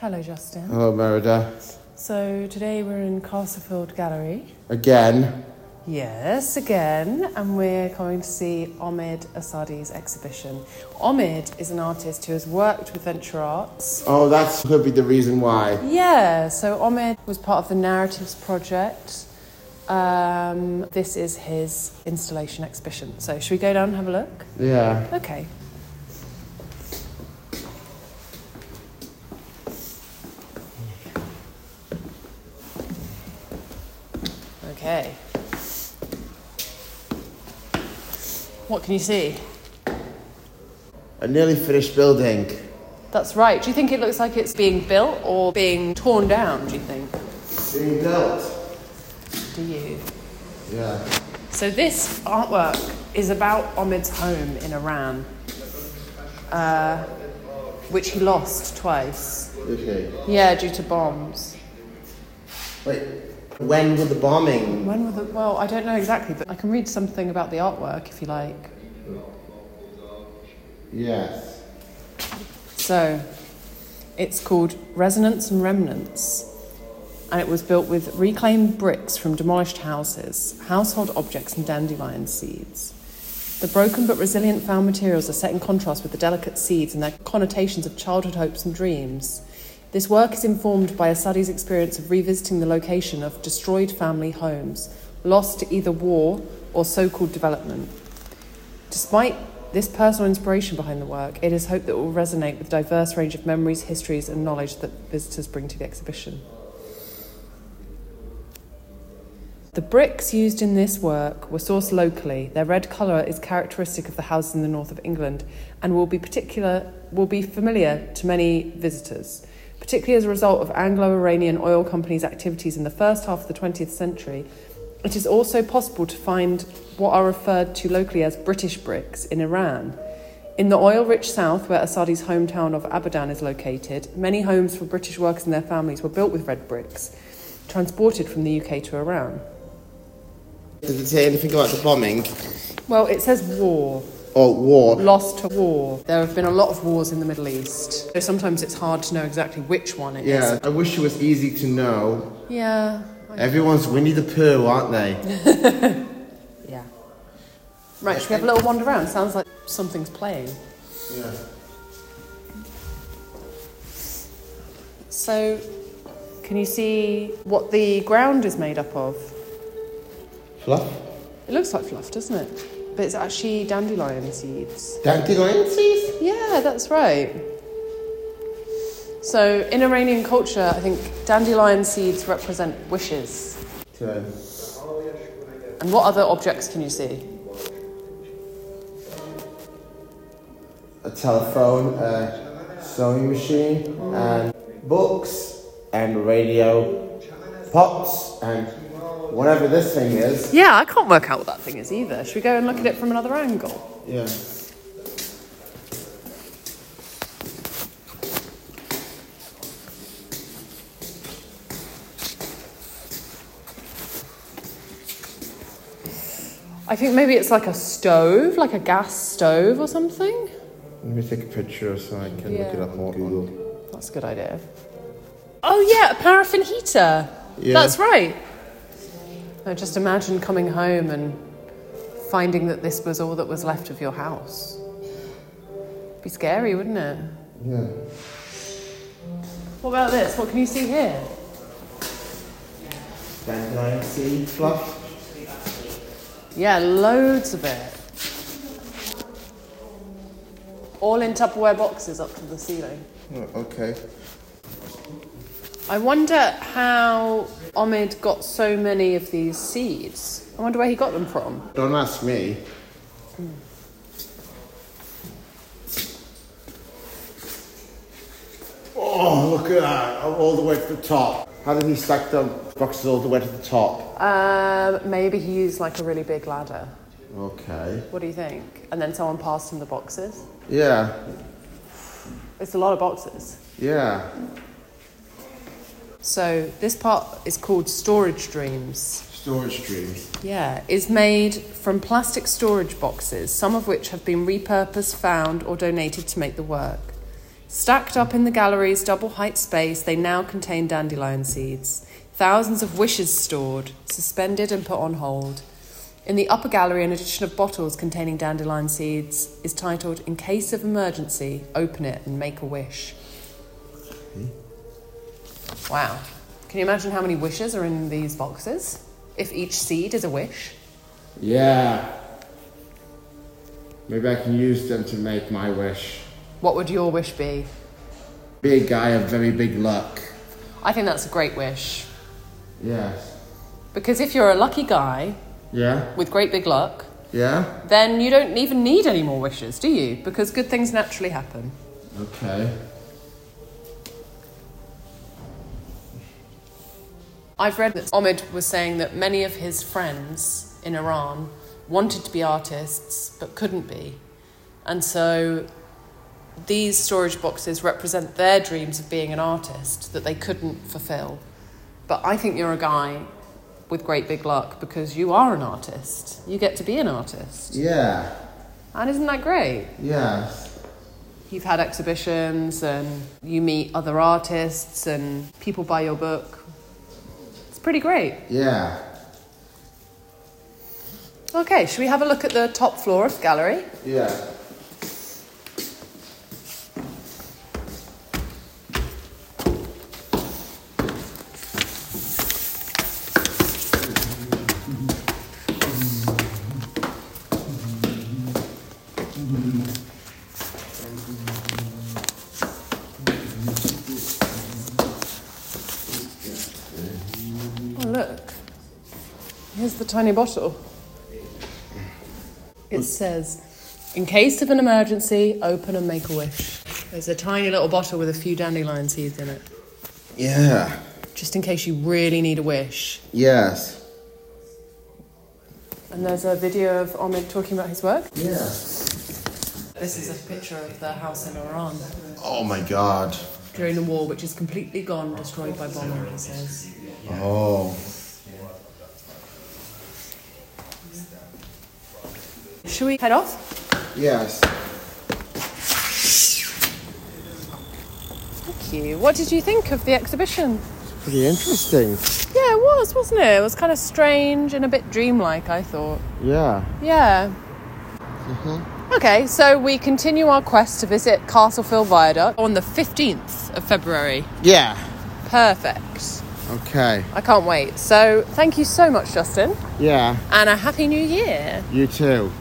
Hello, Justin. Hello, Oh, Merida. So today we're in Castlefield Gallery. Again. Yes, again, and we're going to see Omid Asadi's exhibition. Omid is an artist who has worked with Venture Arts. Oh, that could be the reason why. Yeah, so Omid was part of the Narratives Project. Um, this is his installation exhibition. So, should we go down and have a look? Yeah. Okay. Okay. What can you see? A nearly finished building. That's right. Do you think it looks like it's being built or being torn down, do you think? Being built. Do you? Yeah. So this artwork is about Ahmed's home in Iran, uh, which he lost twice. Okay. Yeah, due to bombs. Wait, when were the bombing? When were the? Well, I don't know exactly, but I can read something about the artwork if you like. Yes. So it's called Resonance and Remnants. And it was built with reclaimed bricks from demolished houses, household objects, and dandelion seeds. The broken but resilient found materials are set in contrast with the delicate seeds and their connotations of childhood hopes and dreams. This work is informed by Asadi's experience of revisiting the location of destroyed family homes, lost to either war or so called development. Despite this personal inspiration behind the work, it is hoped that it will resonate with diverse range of memories, histories, and knowledge that visitors bring to the exhibition. The bricks used in this work were sourced locally. Their red colour is characteristic of the houses in the north of England and will be particular will be familiar to many visitors, particularly as a result of Anglo-Iranian oil companies' activities in the first half of the 20th century. It is also possible to find what are referred to locally as British bricks in Iran. In the oil rich south, where Asadi's hometown of Abadan is located, many homes for British workers and their families were built with red bricks, transported from the UK to Iran. Did it say anything about the bombing? Well, it says war, Or war? lost to war. There have been a lot of wars in the Middle East, so sometimes it's hard to know exactly which one it is. Yeah, I wish it was easy to know. Yeah. I- Everyone's Winnie the Pooh, aren't they? yeah. Right, should we have a little wander around? Sounds like something's playing. Yeah. So, can you see what the ground is made up of? Fluff? It looks like fluff, doesn't it? But it's actually dandelion seeds. Dandelion seeds? Yeah, that's right. So, in Iranian culture, I think dandelion seeds represent wishes. So, And what other objects can you see? a telephone, a sewing machine, and books, and radio, pots, and whatever this thing is. Yeah, I can't work out what that thing is either. Should we go and look at it from another angle? Yeah. I think maybe it's like a stove, like a gas stove or something. Let me take a picture so I can look it Yeah. up on Google. That's a good idea. Oh yeah, a paraffin heater. Yeah. That's right. Now just imagine coming home and finding that this was all that was left of your house. Be scary, wouldn't it? Yeah. What about this? What can you see here? Dandelion seed fluff. Yeah, loads of it. All in Tupperware boxes up to the ceiling. Oh, Okay. I wonder how Ahmed got so many of these seeds. I wonder where he got them from. Don't ask me. Oh, look at that. All the way to the top. How did he stack the boxes all the way to the top? Um, maybe he used like a really big ladder. Okay. What do you think? And then someone passed him the boxes. Yeah. It's a lot of boxes. Yeah. So this part is called Storage Dreams. Storage dream. Yeah, is made from plastic storage boxes, some of which have been repurposed, found, or donated to make the work. Stacked up in the gallery's double height space, they now contain dandelion seeds. Thousands of wishes stored, suspended and put on hold. In the upper gallery, an edition of bottles containing dandelion seeds is titled In Case of Emergency, Open It and Make a Wish. Wow. Can you imagine how many wishes are in these boxes? If each seed is a wish? Yeah. Maybe I can use them to make my wish. What would your wish be? Be a guy of very big luck. I think that's a great wish. Yes. Because if you're a lucky guy Yeah? with great big luck, Yeah? then you don't even need any more wishes, do you? Because good things naturally happen. Okay. I've read that Ahmed was saying that many of his friends in Iran wanted to be artists but couldn't be. And so these storage boxes represent their dreams of being an artist that they couldn't fulfill. But I think you're a guy with great big luck because you are an artist. You get to be an artist. Yeah. And isn't that great? Yes. You've had exhibitions and you meet other artists and people buy your book. It's pretty great. Yeah. Okay, should we have a look at the top floor of the gallery? Yeah. Oh, look. Here's the tiny bottle. It says, in case of an emergency, open and make a wish. There's a tiny little bottle with a few dandelion seeds in it, Yeah. just in case you really need a wish. Yes. And there's a video of Ahmed talking about his work. Yes. This is a picture of the house in Iran Oh my god. during the war, which is completely gone, destroyed by bombing, he says. Oh. Should we head off? Yes. Thank you. What did you think of the exhibition? Pretty interesting. Yeah, it was, wasn't it? It was kind of strange and a bit dreamlike, I thought. Yeah. Yeah. Okay, so we continue our quest to visit Castlefield Viaduct on the 15th of February. Yeah. Perfect. Okay. I can't wait. So, thank you so much, Justin, Yeah. and a happy new year. You too.